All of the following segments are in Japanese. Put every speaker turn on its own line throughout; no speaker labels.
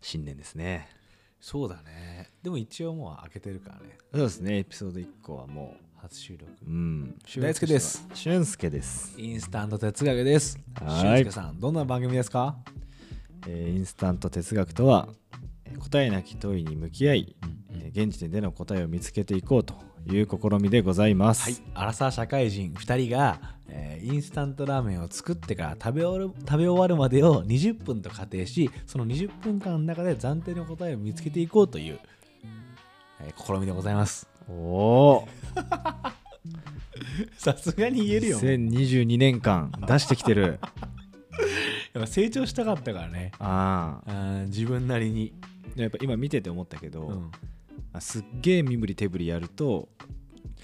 新年ですね
そうだねでも一応もう開けてるからね
そうですねエピソード1個はも
初収録
ううん
大輔です
俊介です、
インスタント哲学です
はい
俊介さんどんな番組ですか
えーインスタント哲学とはえー答えなき問いに向き合い、えー現時点での答えを見つけていこうという試みでございます、
はいアラサー社会人2人が、えーインスタントラーメンを作ってから食べ終わる食べ終わるまでを20分と仮定しその20分間の中で暫定の答えを見つけていこうという、えー試みでございます
おお
さすがに言えるよもう
2022年間出してきて る
やっぱ成長したかったからね
ああ
あー自分なりに、
やっぱ今見てて思ったけど、
うん
あすっげえ身振り手振りやると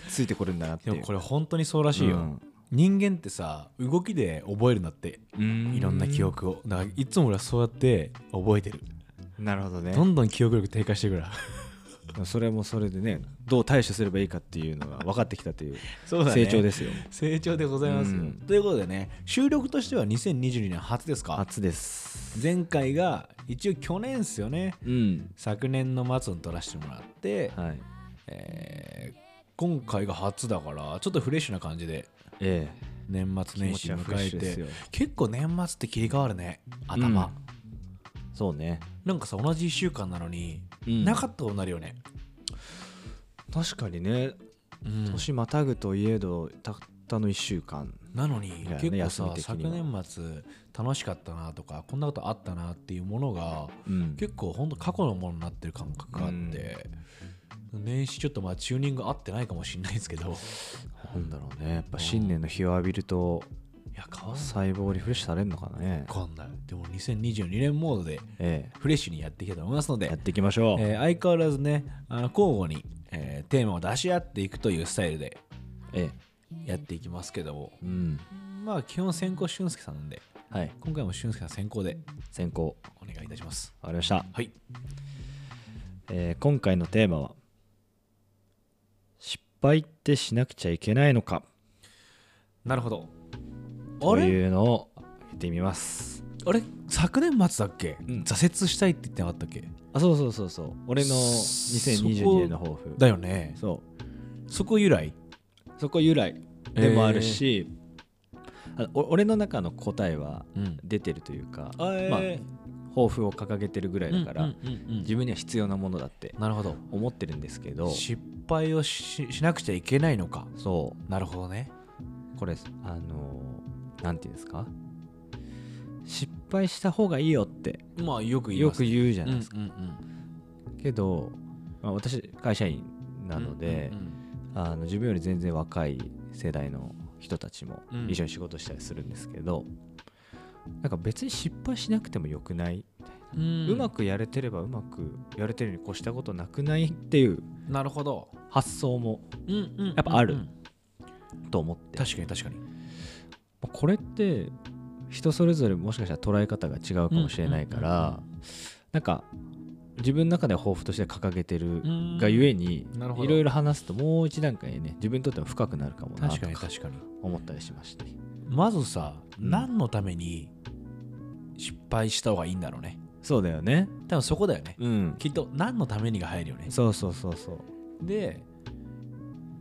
ついてこるんだなってい
で
う
もこれ本当にそうら
ら
しいよ、人間ってさ動きで覚えるんだっていろんな記憶をだからいつも俺はそうやって覚えてる
なるほどね
どんどん記憶力低下して いくから
それもそれでねどう対処すればいいかっていうのが分かってきたという
そうだね
成長ですよ
成長でございますよ、
うん
ということでね収録としては2022年初ですか
初です
前回が一応去年ですよね
うん
昨年の末に撮らせてもらって、
はい
えー今回が初だからちょっとフレッシュな感じで
え
年末年
気持
始
ちはフレッシ
迎
ュで
え
す
て
よ
結構年末って切り替わるね頭、
うんえそうね、
なんかさ同じ1週間なのに、
うん
なかったことになるよね、
確かにね
うん
年またぐといえどたったの1週間
なのに
いやね
結構
休み
さ、
的
昨
には
年末楽しかったなとかこんなことあったなっていうものが
うん
結構ほんと過去のものになってる感覚があって、年始ちょっとまあチューニング合ってないかもしれないですけどい
なんだろうねやっぱ新年の日を浴びると
や変わんない
細胞リフレッシュされるのかね
わかんないでも2022年モードで
え
フレッシュにやっていきたいと思いますの
えやっ
で、
ていきましょう、
えー相変わらずねあの交互に、えーテーマを出し合っていくというスタイルで
え
やっていきますけども
えうん
まあ基本先行俊介さんなんで
はい
今回も俊介さん先行で
先行
お願いいたします
わかりました、
はい
えー今回のテーマは失敗ってしなくちゃいけないのか
なるほどあ
と
れ
いうのをやってみます
あれ昨年末だっけ、
うん
挫折したいって言ってなかったっけ
あそうそうそうそう俺の2022年の抱負
だよね
そ
そこ由来
うそこ由来でもあるし、あお俺の中の答えは
うん
出てるというか、まあ
まあ、
抱負を掲げてるぐらいだから、
うんうんうんうん
自分には必要なものだって
なるほど
思ってるんですけど
失敗をししなくちゃいけないのか
そう
なるほどね
これあのなんていうんですか失敗した方がいいよって
まあよく言い
よ
ます
く
く
言うじゃないい
言ま
ですすか、けど、まあ、私会社員なので、あの自分より全然若い世代の人たちも
うん
一緒に仕事したりするんですけど、なんか別に失敗しなくてもよくない、
う
うんまくやれてればうまくやれてるに越したことなくないっていう
なるほど、
発想も
うんうんうんうん
やっぱあると思って
確かに確かに
まあこれって人それぞれもしかしたら捉え方が違うかもしれないから、なんか自分の中では抱負として掲げてる
うん
がゆえに
なるほど
いろいろ話すともう一段階ね自分にとっても深くなるかもな
確
と
かに
か
確かに
思ったりしまして
まずさ、
うん
何のために失敗した方がいいんだろうね
そうだよね
多分そこだよね
うん
きっと何のためにが入るよね
そうそうそうそう
で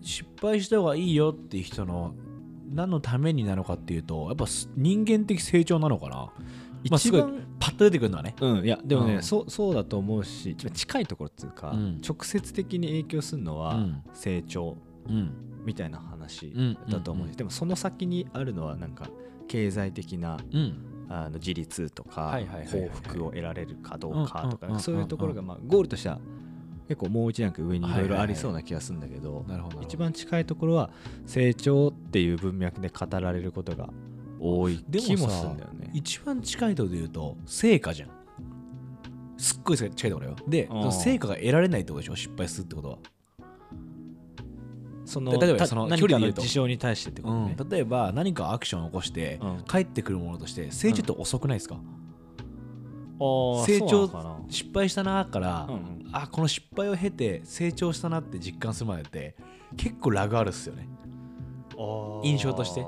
失敗した方がいいよっていう人の何のためになのかっていうとやっぱす人間的成長なのかなまあ
一番、
パッと出てくるのはね
うんいやでもね、
うん
そうそうだと思うし一番近いところっていうか、
うん
直接的に影響するの
う
は
ん
成長
うん
みたいな話
うん
だと思うし、
うん
でもその先にあるのはなんか経済的な
うん
あの自立とか
はいはいはいはいはい
幸福を得られるかどうかと
うんうんうんうんう
か
ん
そういうところがまあゴールとしては結構もう一段階上にいろいろありそうな気がするんだけど
なるほどなるほど
一番近いところは成長っていう文脈で語られることが多い
で
気
も
も
さ
するんだよね。
一番近いとこで言うと成果じゃんすっごい近いところよで
うん
成果が得られないってことでしょ失敗するってことは
その
例えば
た
その
何
距
か
離で言
の
うと
事象に対してってことね。
例えば何かアクションを起こして
うん
帰ってくるものとして成長って遅くないですか
成
成長失敗したなーから
うんうん
あこの失敗を経て成長したなって実感するまでって結構ラグあるっすよね印象として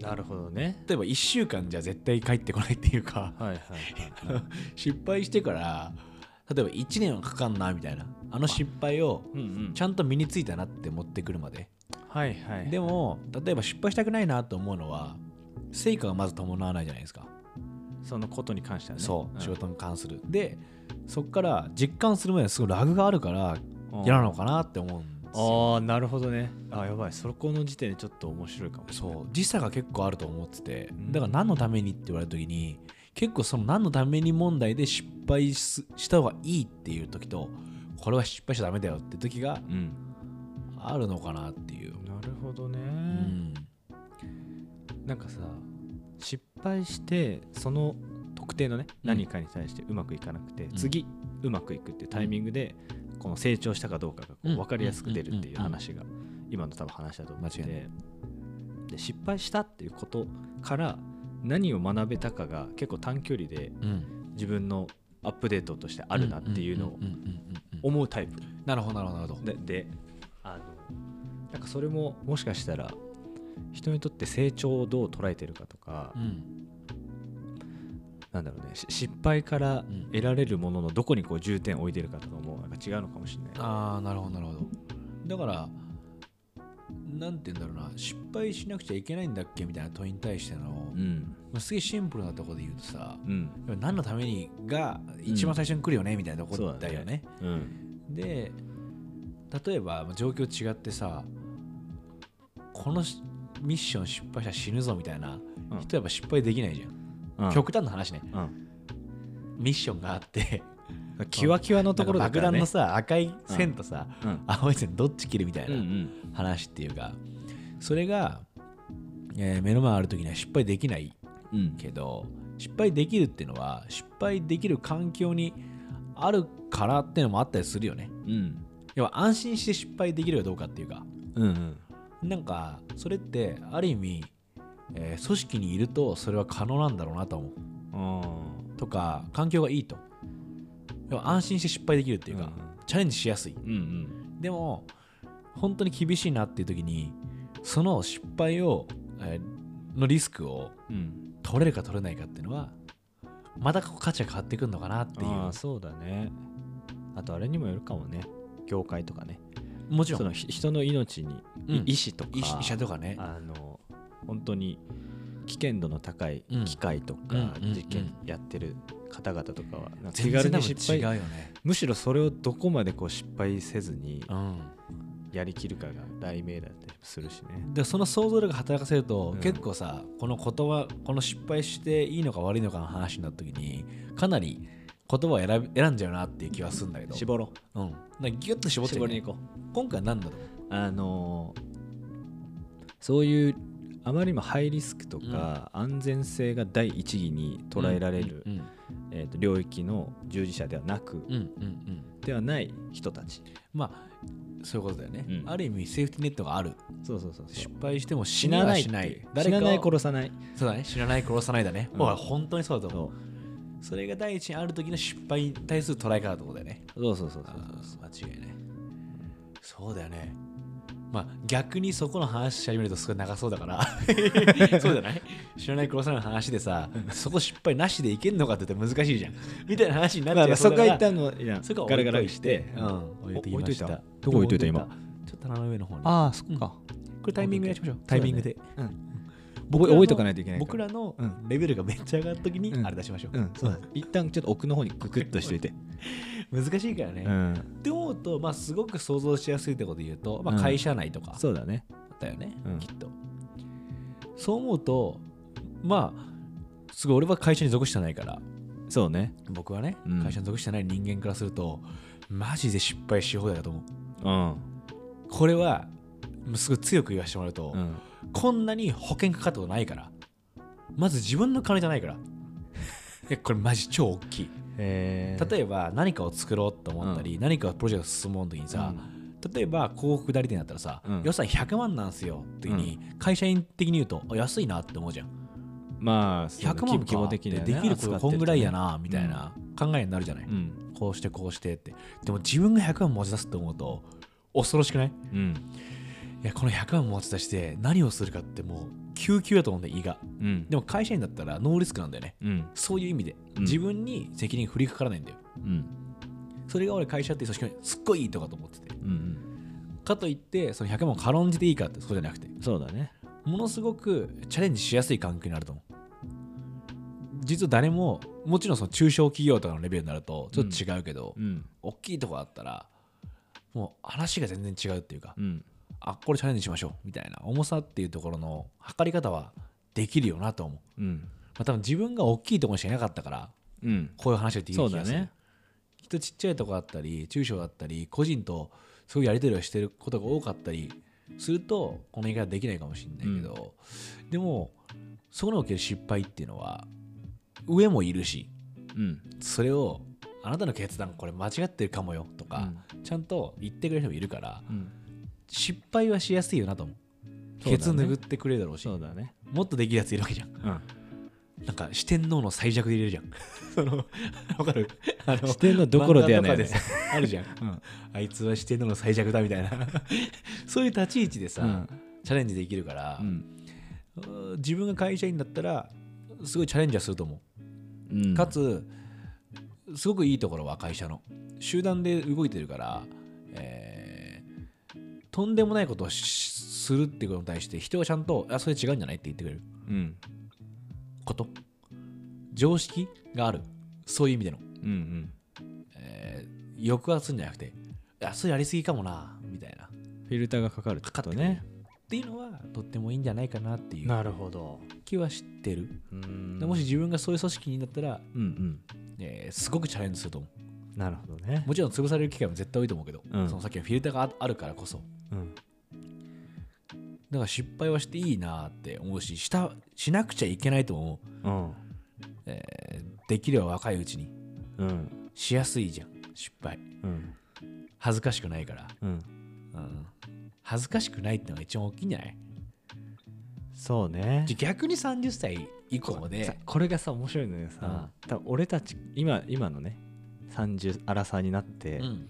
なるほどね。
例えば1週間じゃ絶対帰ってこないっていうか
はいはいはいはい
失敗してから例えば1年はかかんなみたいなあの失敗を
うんうん
ちゃんと身についたなって持ってくるまで
はいはい
でも例えば失敗したくないなと思うのは成果がまず伴わないじゃないですか
そのことに関してはね
そう、
ん
仕事に関するでそっから実感するまですごいラグがあるから嫌なのかなって思うんですよ
ああなるほどねあやばいそこの時点でちょっと面白いかもしれない
そう時差が結構あると思ってて
ん
だから何のためにって言われた時に結構その何のために問題で失敗しした方がいいっていう時とこれは失敗しちゃダメだよって時が
うん
あるのかなっていう、
なるほどね、
うん、
なんかさ失敗してその特定のね何かに対してうまくいかなくて、
ん
次うまくいくっていうタイミングで、この成長したかどうかがこ
う
うん分かりやすく出るっていう
うんうんうん
話が今の多分話だと思って
間違い
てで失敗したっていうことから何を学べたかが結構短距離で
うん、
自分のアップデートとしてあるなっていうのを
んんんうんうん
思うタイプ
なるほどなるほどなるほど
でであのなんかそれももしかしたら人にとって成長をどう捉えてるかとか、
うん
なんだろうねし失敗から
ん
得られるもののどこにこう重点を置いてるかとかもなんか違うのかもしれない。
ああなるほどなるほどだからなんて言うんだろうな失敗しなくちゃいけないんだっけみたいな問いに対しての、
うん
まあすげえシンプルなところで言うとさ
うん
何のためにが一番最初に来るよね、みたいなとこ
そう
ろ
だね
だよね
うん
で例えばまあ状況違ってさこのしミッション失敗したら死ぬぞみたいな、
うん
人はやっぱ失敗できないじゃん、
うん
極端な話ね
うん
ミッションがあって
キワキワのところだ
爆
から
弾
ね
の。さ赤い線とさ、
うん
青い線どっち切るみたい
うんう
なん話っていうか、それが、えー目の前ある時には失敗できない
うん
けど失敗できるっていうのは失敗できる環境にあるからっていうのもあったりするよね
うん
要は安心して失敗できるかどうかっていうか
うん
なんかそれってある意味、えー組織にいるとそれは可能なんだろうなと思う
うん
とか環境がいいと要は安心して失敗できるっていう
う
か、
んうん
チャレンジしやすい
うんうん
でも本当に厳しいなっていう時にその失敗を、えーのリスクを
うん
取れるか取れないかっていうのはまたこう価値が変わってくるのかなっていう
ああそうだね。あとあれにもよるかもね業界とかね。
もちろ
そ
ん
のひ人の命に
うん
医師とか
医師医者とかね
あの本当に危険度の高い
うん
機械と
うん
か
うん
事件やってる方々とかはなんか
全
気
然
軽
多
に
分
失敗
違うよね
むしろそれをどこまでこう失敗せずに
うん
やりきるかが大命だったりするしね。
でその想像力働かせると、
うん
結構さこの言葉この失敗していいのか悪いのかの話になった時にかなり言葉を選び選んじゃうなっていう気はするんだけど、う、
絞ろうん
なんかギュッと絞って、
絞り
ね
に、行こ
今回は何だろう
う。あのーそういうあまりにもハイリスクとか安全性が第一義に捉えられる、
うん
えーと領域の従事者ではなく、
うんうんうんうん
ではない人たち。
まあそういうことだよね、
うん
ある意味セーフティーネットがある
そうそうそう
失敗しても死
死
な
な
な
ない
い
って
し
う
ない
死なない
殺
殺さない
そうだね死なない殺さないだね、
うん
もう本当にそうだと思う
そ
それが第一にある時の失敗に対する捉え方ってことだよね
うそうそうそうそう
間違いないそうだよねまあ逆にそこの話し始めるとすごい長そうだ からそうじゃない知らない殺さないの話でさそこ失敗なしでいけんのかって言って難しいじゃんみたいな話になっ
まあ
ち
ま
ゃ
あ
いそ
そうこ
だ
は
から
一旦のいや
そこは
ガラ
置い
ガ
と
ラ
い
にして、
うん置いてき
お置
ました
いといたどこ置いといた今
どこちょっと棚の上の方に
ああそ
っ
っ
か
か、
これタイミングでやりましょう
うだね
タイミングで
うん
僕らの
覚えとかないといけないから
僕らの
うん
レベルがめっちゃ上がるときに
うん
あれ出しましょ
うんそうだ一旦ちょっと奥の方にククッとしといて、
う難しいからね
ん、
って思うと、まあ、すごく想像しやすいってことで言うと、ま
う
あ、
ん
会社内とか
そうだね
だよね、
うん
きっとそう思うとまあすごい俺は会社に属してないから
そうね
僕はね、
うん
会社に属してない人間からするとマジで失敗し放題だと思う
うん、
これはもうすごい強く言わせてもらうと、
うん、
こんなに保険かかったことないからまず自分の金じゃないから いやこれマジ超大きい
え
例えば何かを作ろうと思ったり、何かプロジェクト進もうときにさ、例えば広告代理店だったらさ、
うん
予算100万なんすよっていうふうに会社員的に言うと、あ安いなって思うじゃん
まあそう
100
ね
万か
規模的にはね
できることこんぐらいやなみ
て
た
る
い
とね
な考えになるじゃない、
うん
こうしてこうしてってでも自分が100万持ち出すって思うと恐ろしくない
うん
いやこの100万持ち出して何をするかってもう救急だと思うんだよ胃が
うん
でも会社員だったらノーリスクなんだよね
うん
そういう意味で
うん
自分に責任振りかからないんだよ、
うん
それが俺会社っていう組織のすっごいいいとかと思ってて
うんうん
かといってその100万を軽んじていいかってそうじゃなくて
そうだね
ものすごくチャレンジしやすい環境になると思う実は誰ももちろんその中小企業とかのレベルになるとちょっと違うけど、
うん
大きいとこだったらもう話が全然違うっていうか、
うん
あこれチャレンジしましょうみたいな重さっていうところの測り方はできるよなと思う、
うん
まあ、多分自分が大きいところにしかいなかったから
うん
こういう話ができ
そ
る
う
気
だ
がする
ね
きっとちっちゃいとこだったり中小だったり個人とそういうやり取りをしてることが多かったりするとこの言い方できないかもしれないけど、でもそこにおける失敗っていうのは上もいるし
うん
それをあなたの決断これ間違ってるかもよとか、ちゃんと言ってくれる人もいるから
うん
失敗はしやすいよなと思う
そうだね
ケツ拭ってくれるだろうし
そうだね
もっとできるやついるわけじゃん
うん
なんか四天王の最弱で入れるじゃん そのわかるあの
四天王どころではないよね
漫画とかでさあるじゃん
うん
あいつは四天王の最弱だみたいな そういう立ち位置でさ、
うん
チャレンジできるから
う、ん
うん自分が会社員だったらすごいチャレンジはすると思
うん
うかつすごくいいところは会社の集団で動いてるから、えーとんでもないことをしするってことに対して人がちゃんと「あそれ違うんじゃない?」って言ってくれる
うん
こと常識があるそういう意味での、
うんうん
えー抑圧んじゃなくて「あそれやりすぎかもな」みたいな
フィルターがかかるってことね
っていうのはとってもいいんじゃないかなっていう
なるほど
気は知ってる、
うん
でもし自分がそういう組織になったら、
うん
えーすごくチャレンジすると思う
うんなるほどね
もちろん潰される機会も絶対多いと思うけど、
うん
そのさっきのフィルターがああるからこそ
うん
だから失敗はしていいなって思うししたしなくちゃいけないとも思
う
う、
ん
えーできれば若いうちに
うん
しやすいじゃん失敗
うん
恥ずかしくないから、
うん
うん、恥ずかしくないってのが一番大きいんじゃない
そうね
じゃあ逆に30歳以降
さ
で
これがさ面白いのよさ、多分俺たち今今のね30アラサーになって
うん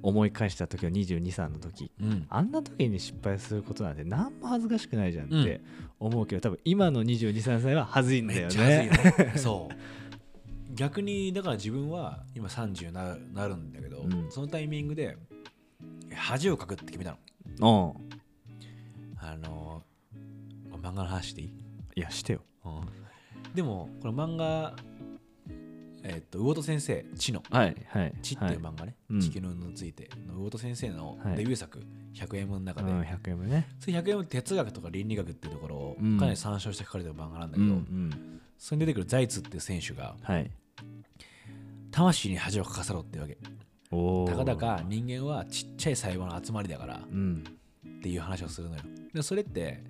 思い返した時の22歳の時
うん
あんな時に失敗することなんて何も恥ずかしくないじゃんっ
う
て
ん
思うけど、多分今の22歳歳は恥ずいんだ
めっ
よ
ちゃ恥
ね。
ず いよねそう逆にだから自分は今30ななるんだけど、
うん
そのタイミングで恥をかくって決めたの
うん
あの漫画の話していい、
いやしてよ。
うん、でもこの漫画えっと魚戸先生「知の」
はいはい。
「知」っていう漫画ね、
うん
地球の運動についての魚戸先生のデビュー作「100円の中
う
で、
ん、100円もね。
それ100円も哲学とか倫理学っていうところを
うん
かなり参照して書かれてる漫画なんだ
うん
け
う
ど、
ん。
それに出てくるザイツっていう選手が
はい。
魂に恥をかかさろっていうわけ
おー
たかだか人間はちっちゃい細胞の集まりだから
うん
っていう話をするのよでそれって、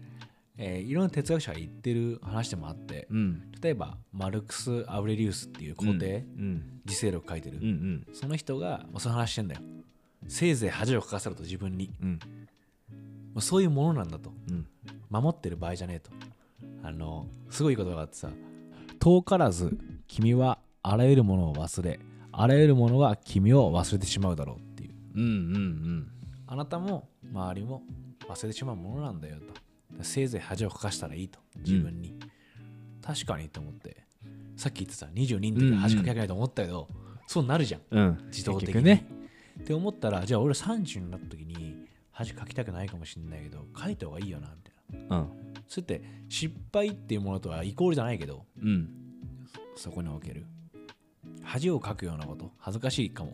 えーいろんな哲学者が言ってる話でもあって
うん。
例えばマルクス・アウレリウスっていう皇帝、
うん
自制力書いてる、
うんうん
その人が、まあ、その話してんだよせいぜい恥をかかさろと自分に、
うん
まあ、そういうものなんだと
うん
守ってる場合じゃねえとあのすごいことがあってさ遠からず君はあらゆるものを忘れあらゆるものが君を忘れてしまうだろうっていう
うんうん
あなたも周りも忘れてしまうものなんだよとせいぜい恥をかかしたらいいと自分に、確かにと思ってさっき言ってた22の時は恥かけないと思ったけど、そうなるじゃん
うんうん。
自動的
結局
に
ね。
って思ったらじゃあ俺30になった時に恥かきたくないかもしれないけど書いた方がいいよなみたいな
うん
それって失敗っていうものとはイコールじゃないけど
うん
そこにおける恥をかくようなこと恥ずかしいかも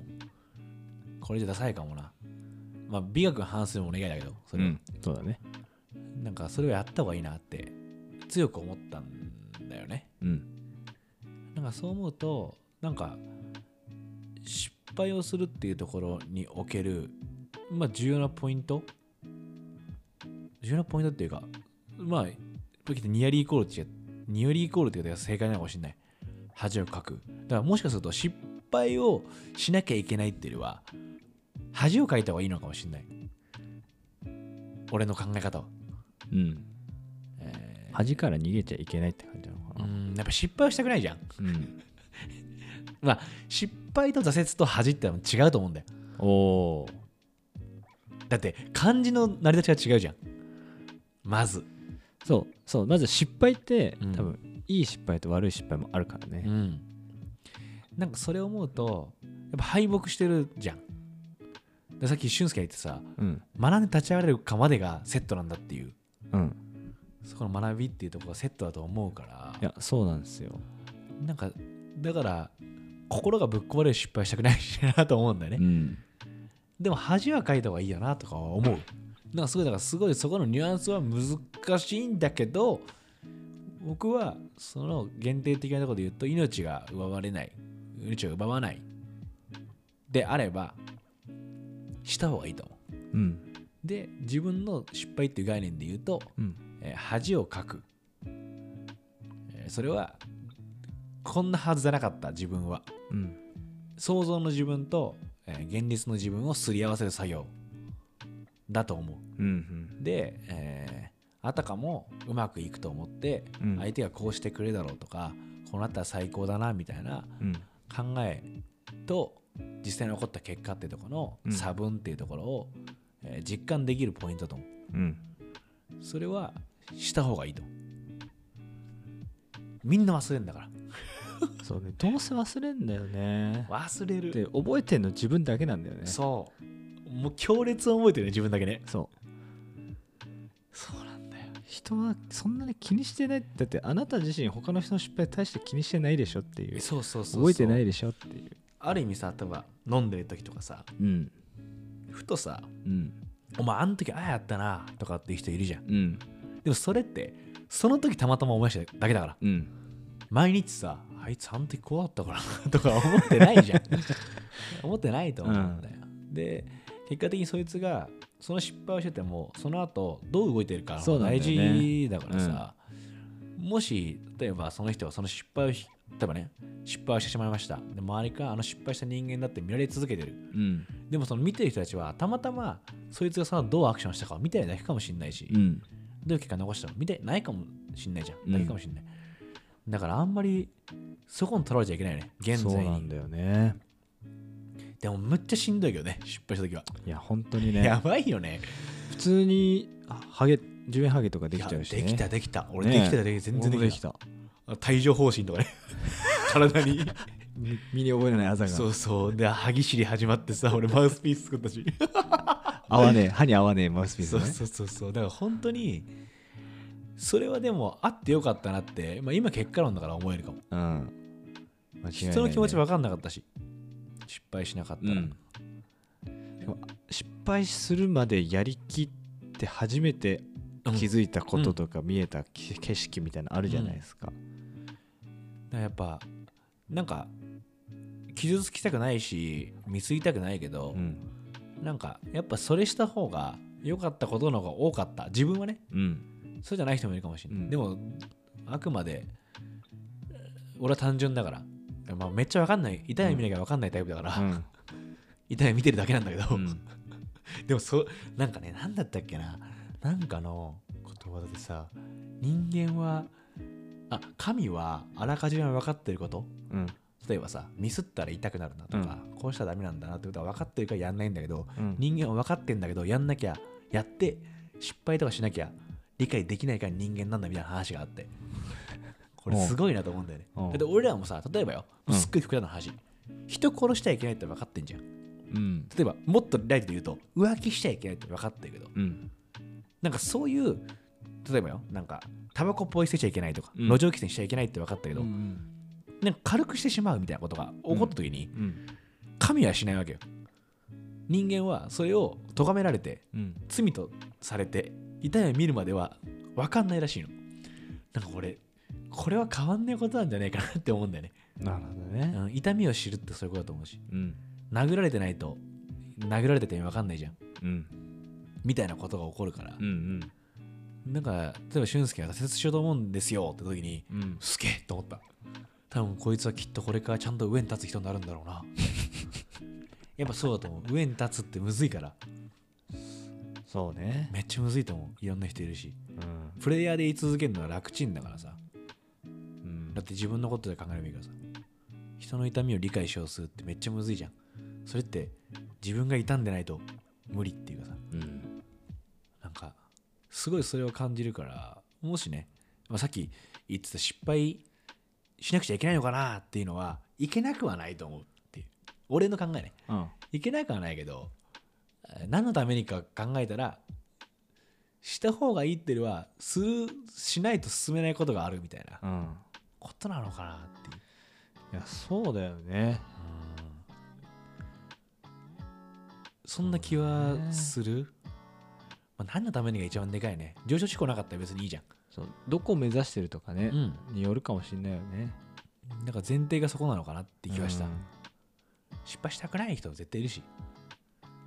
これじゃダサいかもなまあ美学に反するもお願いだけどそうれは、
ん。そうだね。
なんかそれをやった方がいいなって強く思ったんだよね
うん
なんかそう思うとなんか失敗をするっていうところにおけるまあ重要なポイント重要なポイントっていうかまあ時ってニアリーイコールって言うニアリーイコールって言うと正解なのかもしれない恥をかくだからもしかすると失敗をしなきゃいけないっていうよりは恥をかいた方がいいのかもしれない俺の考え方は、
うん。
え
恥から逃げちゃいけないって感じなの
ーう
かな。
んやっぱ失敗をしたくないじゃん
うん。
まあ失敗と挫折と恥ってのは違うと思うんだよ
おー
だって漢字の成り立ちが違うじゃんまず、
そうそうまず失敗って、
うん
多分いい失敗と悪い失敗もあるからね
ん、なんかそれを思うとやっぱ敗北してるじゃんでさっき俊介が言ってさ
うん
学んで立ち上がれるかまでがセットなんだっていう
うん
そこの学びっていうところがセットだと思うから
いやそうなんですよ、
なんかだから心がぶっ壊れる失敗したくないしなと思うんだよね、
うん、
でも恥はかいた方がいいよなとかは思うなんかすごいだからすごいそこのニュアンスは難しいんだけど僕はその限定的なところで言うと命が奪われない命を奪わないであればした方がいいと思
うん
うで自分の失敗っていう概念で言うと
うん
えー恥をかく、えーそれはこんなはずじゃなかった自分は
うん
想像の自分と、えー現実の自分をすり合わせる作業だと思
うんうん
うで、えーあたかもうまくいくと思って、
うん
相手がこうしてくれるだろうとかこうなったら最高だなみたいな
うん
考えと実際に起こった結果ってところ
うん
の差分っていうところを、えー実感できるポイントだと思う
うん
それはした方がいいとみんな忘れるんだから
そうねどうせ忘れんだよね
忘れる
で覚えてんの自分だけなんだよね
そうもう強烈に覚えてるね自分だけね
そう
そうなんだよ
人はそんなに気にしてないだってあなた自身他の人の失敗大して気にしてないでしょっていう
そうそうそうそう
覚えてないでしょっていう
ある意味さ例えば飲んでる時とかさ
うん
ふとさ
うん
「お前あの時ああやったな」とかっていう人いるじゃん
うん
でもそれってその時たまたま思い出しただけだから
うん
毎日さあいつあの時こうだったからとか思ってない じゃん思ってないと思うんだよ、で結果的にそいつがその失敗をしててもその後どう動いてるか
そうなんだ
大
よね
事だからさ、もし例えばその人はその失敗をひ例えばね失敗をしてしまいましたで周りからあの失敗した人間だって見られ続けてる
うん
でもその見てる人たちはたまたまそいつがその後どうアクションしたかを見てるだけかもしれないし、
うん
どういう結果残したの見てないかもしんないじゃ
うん
ん。だけかもしんない。だからあんまりそこに取られちゃいけないよね。現
そう
在
なん
に。
だよね
でもむっちゃしんどいけどね、失敗した時は。
いや本当に
や
ね
ばいよね。
普通にあハゲ自分ハゲとかできちゃうし、ね、
いやできたできた。俺
ねえ
できたできた。全然
俺も
で
で
き
き
た。
た
帯状疱疹とか ね。体に。
み身に覚えのないあざ
そ
が
うそう。で、歯ぎしり始まってさ、俺マウスピース作ったし。
合わねえ歯に合わねえマウスピース
そう
ね
そうそうそう。だから本当に、それはでもあってよかったなって、まあ、今結果論だから思えるかも。
うん間違いないね
人の気持ち分かんなかったし、失敗しなかった
う
ら。
んでも失敗するまでやりきって初めて気づいたこととか見えたき景色みたいなのあるじゃないですか、
だからやっぱなんか傷つきたくないしミスりたくないけど
う、ん
なんかやっぱそれした方が良かったことの方が多かった自分はね
うん
そうじゃない人もいるかもしれない、
うん
でもあくまで俺は単純だから、まあ、めっちゃ分かんない痛い目見なきゃ分かんないタイプだから、
うん
痛い目見てるだけなんだけど、
うん
でもそうなんかねなんだったっけななんかの言葉でさ人間はあ神はあらかじめ分かってること
うん
例えばさミスったら痛くなるなとか、こうしたらダメなんだなってことは分かってるからやんないんだけど
うん
人間は分かってんだけどやんなきゃやって失敗とかしなきゃ理解できないから人間なんだみたいな話があってこれすごいなと思うんだよね
う
だ
ん
って俺らもさ例えばよ
うん
すっごい複雑な話、人殺しちゃいけないって分かってんじゃん例
うん
えばもっとライトで言うと浮気しちゃいけないって分かってるけど
うん
なんかそういう例えばよなんかタバコポイ捨てちゃいけないとか、
うん
路上喫煙しちゃいけないって分かったけど、
うん
なんか軽くしてしまうみたいなことが起こった時に、
うん
神はしないわけよ人間はそれを咎められて
うん
罪とされて痛い目見るまでは分かんないらしいのなんか俺これは変わんないことなんじゃないかなって思うんだよね、
なるほど
う
ね
ん痛みを知るってそういうことだと思うし
うん
殴られてないと殴られてて分かんないじゃん
うん
みたいなことが起こるから
う、ん
なんか例えば俊介が挫折しようと思うんですよって時に
うん
すげえと思った多分こいつはきっとこれからちゃんと上に立つ人になるんだろうなやっぱそうだと思う上に立つってむずいから
そうね
めっちゃむずいと思ういろんな人いるし
うん
プレイヤーで言い続けるのは楽ちんだからさ
うん
だって自分のことで考えればいいからさ人の痛みを理解しようとするってめっちゃむずいじゃんそれって自分が痛んでないと無理っていうかさ
うん
なんかすごいそれを感じるからもしね、まあ、さっき言ってた失敗しなくちゃいけないのかなっていうのはいけなくはないと思うっていう俺の考えね
うん
いけないかはないけどえー何のためにか考えたらした方がいいっていうよりはするしないと進めないことがあるみたいな
うん
ことなのかなってい
い
う
やそうだよね
そんな気はする、まあ、何のためにが一番でかいね上昇志向なかったら別にいいじゃん
そうどこを目指してるとかね、
うん
によるかもしんないよね
なんか前提がそこなのかなって気はした、
うん
失敗したくない人絶対いるし、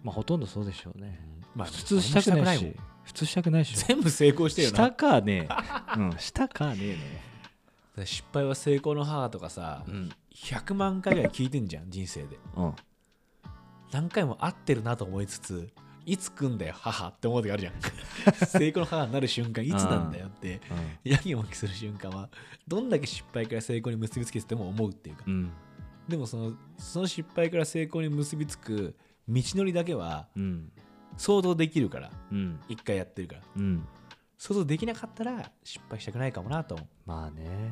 まあほとんどそうでしょうね、
まあ
普通したくないし
もん
普通したくないでしょ
全部成功してるよ
し
な
たかねえ、うん、 したかねえね
失敗は成功の母とかさ、
ん
100万回ぐらい聞いてんじゃん人生で
うん
何回も合ってるなと思いつついつ来んだよ母って思う 時あるじゃん成功の母になる瞬間いつなんだよってやきもきする瞬間はどんだけ失敗から成功に結びつけてても思うっていうか
うん
でもそのその失敗から成功に結びつく道のりだけは
うん
想像できるから
うん
一回やってるから
うん
想像できなかったら失敗したくないかもなと思う
まあね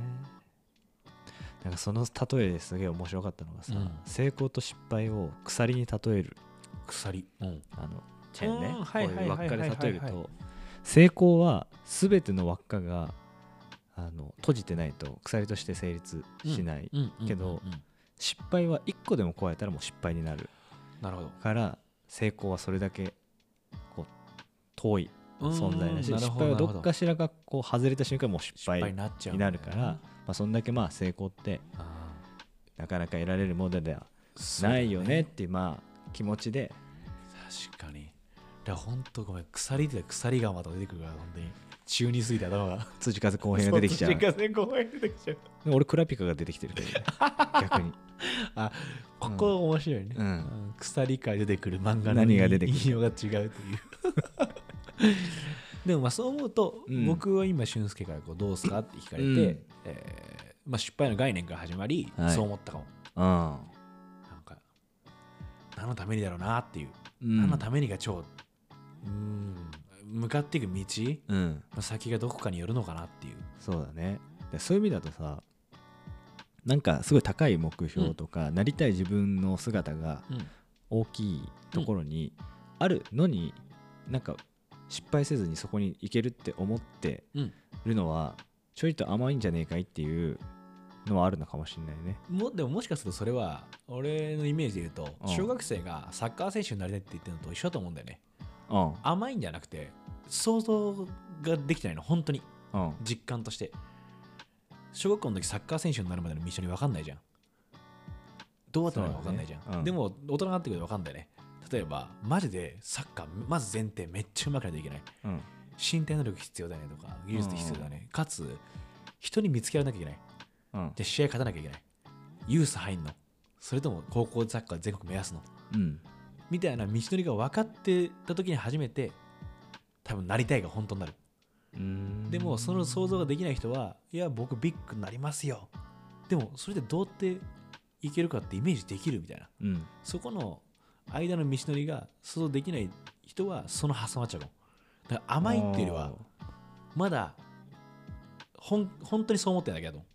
なんかその例えですげえ面白かったのがさ、
うん
成功と失敗を鎖に例える
鎖うん
あのチェーンね
うん
こう
はいはい
いう輪っかで
はいはい
例える
はいは
と成功は全ての輪っかがあの閉じてないと鎖として成立しない、
うんうん
けど
うんうん
失敗は1個でも超えたらもう失敗になる
なるほど
から成功はそれだけこう遠い存在だし
うん
失敗はどっ
なるほなるほ
かしらがこう外れた瞬間もう失
失敗に
敗
なっちゃう
になるから、まあ、そんだけまあ成功って
あ
なかなか得られるものでは
ーそうだ
ないよねっていうまあ気持ちで
確かにだから本当ごめん鎖で鎖がまた出てくるから本当に中二すぎて頭が
辻風公平が出てきちゃう
そう土風公園出てきちゃう
で俺クラピカが出てきてる けどね逆に
あここ面白いね、
うん
ん鎖から出てくる漫画の
何が出てくる
引用が違うという でもまあそう思うと、
うん
僕は今俊介からこうどうですかって聞かれて、
うん
えーまあ、失敗の概念から始まり、
はい
そう思ったかも
うん
なんか何のためにだろうなっていう、
うん
何のためにが超うん向かっていく道
うん
の先がどこかによるのかなっていう
そうだねでそういう意味だとさなんかすごい高い目標とか、なりたい自分の姿が大きいところにあるのに、なんか失敗せずにそこに行けるって思って
うん
るのはちょいと甘いんじゃねえかいっていうのはあるのかもしれないね。
もでももしかするとそれは俺のイメージで言うと
うん
小学生がサッカー選手になりたいって言ってるのと一緒だと思うんだよね
うん
甘いんじゃなくて想像ができてないの本当に
うん
実感として小学校の時サッカー選手になるまでの道のり分かんないじゃんどうやったのか分かんないじゃん、
そうだねうん
でも大人になってくると分かんだよね例えばマジでサッカーまず前提めっちゃうまくないといけない
うん
身体能力必要だねとか技術必要だね、かつ人に見つけられなきゃいけない
うん
で試合勝たなきゃいけないユース入んのそれとも高校サッカー全国目指すの
うん
みたいな道のりが分かってた時に初めて多分なりたいが本当になる
うん
でもその想像ができない人はいや僕ビッグになりますよでもそれでどうやっていけるかってイメージできるみたいな
うん
そこの間の道のりが想像できない人はその挟まっちゃうかもだから甘いっていうよりはまだほん本当にそう思ってないだけだと思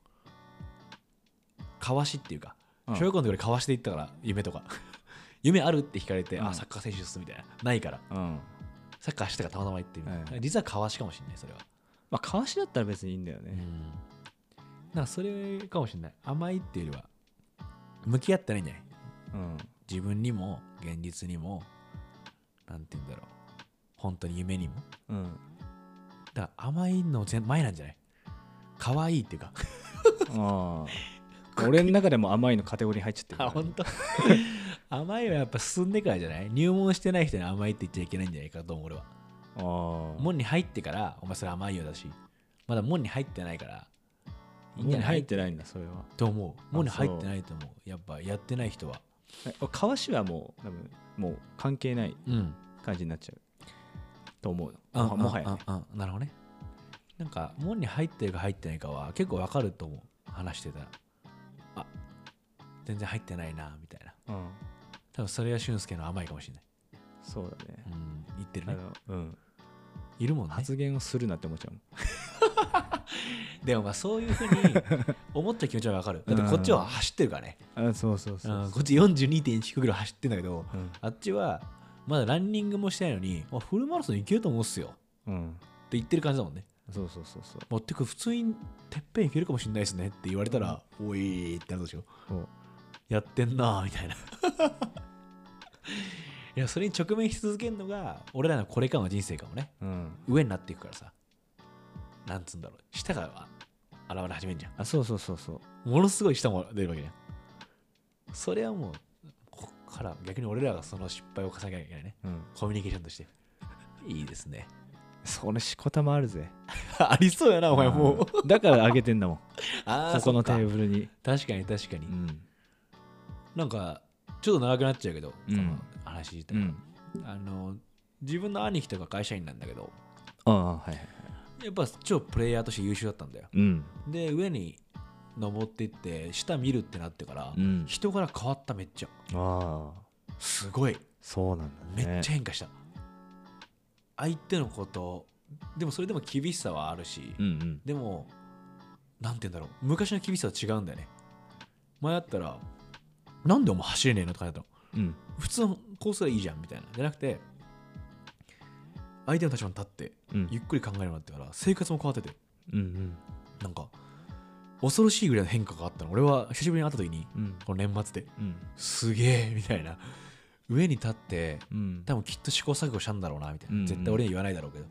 うかわしっていうか
うん
小学校の時俺かわしていったから夢とか 夢あるって聞かれて、
う
あ
ん
サッカー選手ですみたいなないから
うん
サッカーしてたからたまたま行ってみたいな、
はい
実はかわしかもしれないそれは
まあかわしだったら別にいいんだよね。
なんかそれかもしれない甘いっていうよりは向き合ってないんじゃない
うん
自分にも現実にもなんて言うんだろう本当に夢にも
うん
だから甘いの前前なんじゃない可愛いっていうか
ああ俺の中でも甘いのカテゴリーに入っちゃってるか
あ
らね、
本当 甘いはやっぱ進んでからじゃない入門してない人に甘いって言っちゃいけないんじゃないかと思う俺は
ああ
門に入ってからお前それ甘いよだしまだ門に入ってないからいいん
も
じゃ
う
ない
入ってないんだそれは
と思う
あ
門に入ってないと思うやっぱやってない人は
えかわしはもう多分もう関係ない
うん
感じになっちゃうと思う
あ
もはもはやね、
あああなるほどねなんか門に入ってるか入ってないかは結構わかると思う話してたらあ全然入ってないなみたいな
うん、
多分それが俊介の甘いかもしれない、
そうだね
うん、言ってる
あ
ね
の、うん、
いるもんね
発言をするなって思っちゃうもん
でもまあそういうふ うに思った気持ちはわかるだってこっちは走ってるからね、
あそうそう
う
そ
ん
う
こっち42.195キロ走ってんだけど
うん
あっちはまだランニングもしてないのにあフルマラソンいけると思うっすよ
うん
って言ってる感じだもんね
そうそうそうそう
持ってく普通にてっぺんいけるかもしれないですねって言われたら、おいーってなるでしょ
そう
やってんなーみたいな いやそれに直面し続けるのが俺らのこれからの人生かもね
うん
上になっていくからさなんつうんだろう下が現れ始めんじゃ
あそうそうそうそ
んものすごい下も出るわけじゃんそれはもうこっから逆に俺らがその失敗を重ねなきゃいけないね
ううん
コミュニケーションとしていいですね
それしこたまあるぜ
ありそうやなお前もう
うんだから上げてんだ もん
あー
ここのテ
そっか
ーブルに
確かに確かに、
うん
なんかちょっと長くなっちゃうけど、
うん
この話自体、
うん
あの自分の兄貴とか会社員なんだけど
ああはいはい
やっぱ超プレイヤーとして優秀だったんだよ
うん
で上に登ってって下見るってなってから、
うん
人から変わっためっちゃ
ああ
すごい
そうなんだ
め
ね
っちゃ変化した、相手のことでもそれでも厳しさはあるし、
うんうん
でもなんて言うんだろう昔の厳しさと違うんだよね前だったらなんでお前走れねえのとかだったの
うん
普通のコースがいいじゃんみたいなじゃなくて相手の立場に立って
うん
ゆっくり考えるようになってから生活も変わってて
うん
なんか恐ろしいぐらいの変化があったの俺は久しぶりに会った時に
うんうん
この年末で
うん
すげえみたいな上に立って
うん
多分きっと試行錯誤したんだろうなみたいな、
うんうん
絶対俺には言わないだろうけど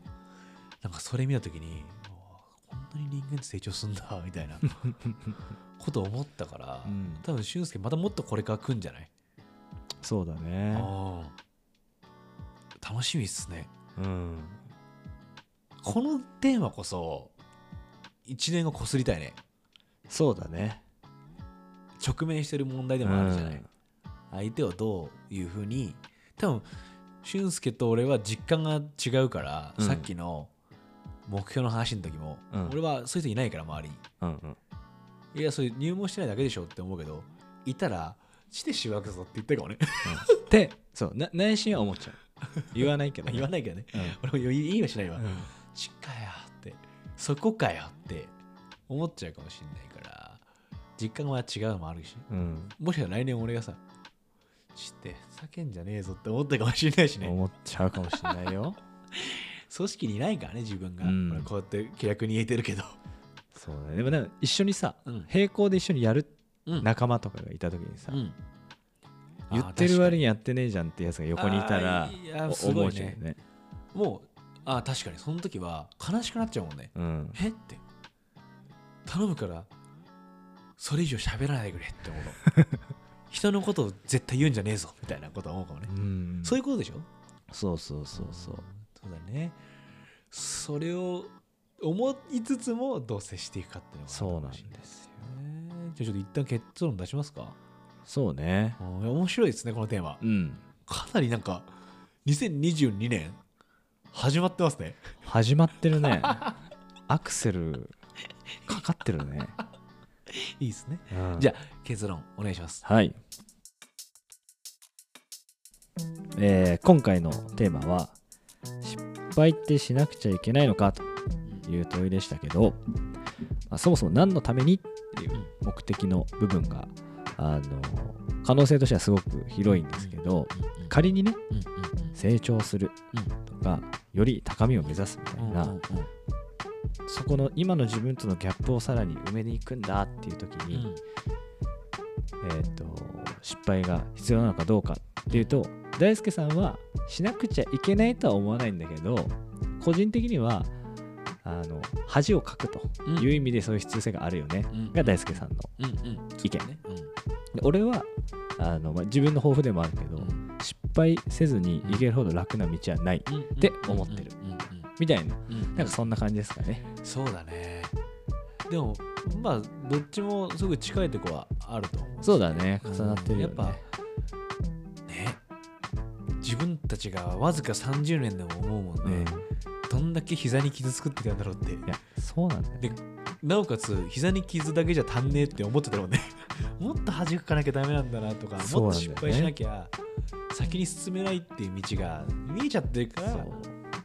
なんかそれ見た時にあーこんなに人間って成長すんだみた いなことを思ったから、
うん
多分俊介またもっとこれから来んじゃない
そうだね
あー楽しみっすね
うん
このテーマこそ1年後こすりたいね
そうだね
直面してる問題で
で
もあるじゃない、相手をどういうふうに多分俊介と俺は実感が違うから、
うん
さっきの目標の話の時も、
うん
俺はそういう人いないから周りに
うんうん
いやそれ入門してないだけでしょって思うけどいたら地でしわくぞって言ったかも
っ
ね
てそうな内心は思っちゃう言わないけどね
言わないけどね
うん
俺も言いいはしないわ、
うん
ちかよってそこかよって思っちゃうかもしれないから実感は違うのもあるし
うん
もしかしたら来年俺がさ知って叫んじゃねえぞって思ったかもしれないしね
思っちゃうかもしれないよ
組織にいないからね自分が、
うん
俺こうやって気楽に言えてる けど、
そうだねでもなんか一緒にさ
うん
並行で一緒にやる
うん
仲間とかがいた時にさ
うん
言ってる割にやってねえじゃんってやつが横にいた
あ
ら
ーいや
お
すご
思う
いね
じゃんね
もうあー確かにその時は悲しくなっちゃうもんね
うん
えって頼むからそれ以上喋らないでくれっ て思うの人のことを絶対言うんじゃねえぞみたいなことは思うかもね、
うん
そういうことでしょ
そうそうそうそう
そうだねそれを思いつつもどう接していくかっていうのが
そうなんです
よねじゃあちょっと一旦結論出しますか
そうね
うん面白いですねこのテーマ
うん
かなりなんか2022年始まってますね
始まってるねアクセルかかってる ね、
いいですね
うん
じゃあ結論お願いします
はい、えー今回のテーマは「失敗ってしなくちゃいけないのか?」という問いでしたけど、まあそもそも何のためにっていう目的の部分があの可能性としてはすごく広いんですけど仮にね
うんうんうんうん
成長するとかより高みを目指すみたいな、
うんうんうん
そこの今の自分とのギャップをさらに埋めに行くんだっていう時に、えー、と失敗が必要なのかどうかっていうと大輔さんはしなくちゃいけないとは思わないんだけど個人的にはあの恥をかくと
うん
いう意味でそういう必要性があるよね、
うん
が大輔さんの
うんうん
意見。
ねう
で俺はあの、まあ、自分の抱負でもあるけど、
ん
失敗せずにいけるほど楽な道はない
うんうん
って思ってる
うん
みたいな
うんうんうん
なんかそんな感じですかね。
そうだねでもまあどっちもすごい近いとこはあると思う
そうだね重なってるよね。
うんやっぱね自分たちがわずか30年でも思うもん
うん
ね、どんだけ膝に傷つくってたんだろうって
いやそうなんだよ、ね。
でなおかつ膝に傷だけじゃ足んねえって思ってたもんね もっと弾かなきゃダメなんだなとか
そう
も
なん
っと
だよね
失敗しなきゃ先に進めないっていう道が見えちゃってるから
そう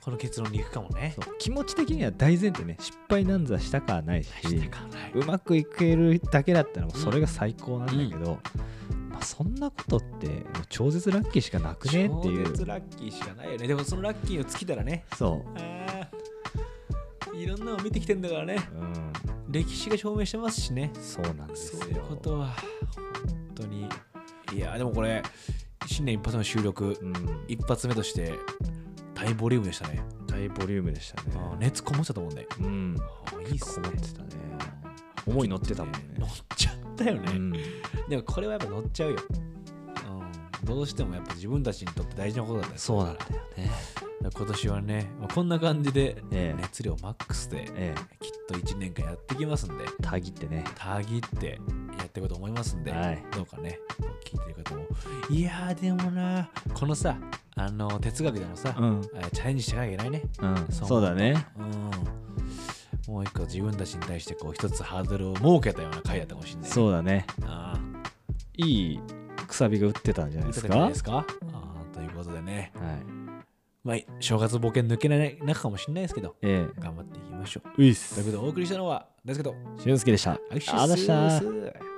この結論に行くかもね
そう気持ち的には大前提ね失敗なんざしたかはないし
大したかないう
まくいけるだけだったらもうそれが最高なんだけど、まあ、そんなことってもう超絶ラッキーしかなくねってい
超絶
う
ラッキーしかないよねでもそのラッキーを尽きたらね
そ
あーいろんなの見てきてんだからね
う、うん、
歴史が証明してますしね
そうなんです
そ
よ
ういうことは本当にいやでもこれ新年一発の収録
うん、
一発目として大ボリュームでしたね
大ボリュームでしたね
あー熱こもっちゃったもんね
うん
あーいいっすね
こもってたね思い乗ってたもんね
乗っちゃったよね、
うん
でもこれはやっぱ乗っちゃうよ、うん、どうしてもやっぱ自分たちにとって大事なことだったそうなんだよ
ね
今年はねまあこんな感じで
ええ
熱量マックスで
ええ
きっと1年間やってきますんで
たぎってね
たぎってやっていこうと思いますんで、
はい
どうかね聞いてる方もいやーでもなこのさあの哲学でもさ、
うん、
あチャレンジしていかなきゃいけないね
うん、
そう
そうだね
うんもう一個自分たちに対してこう一つハードルを設けたような回だったかもしれない
そうだね
あー
いいくさびが打ってたんじゃない
い
で
た
す
だけな
か
いですかあーということでね、
はい
まあ、正月ボケ抜けない中かもしれないですけど、
ええ
頑張っていきましょう。
ういっ
という
す
ことで、お送りしたのは、ですけど、
俊介でしたありがとうございました
アクシス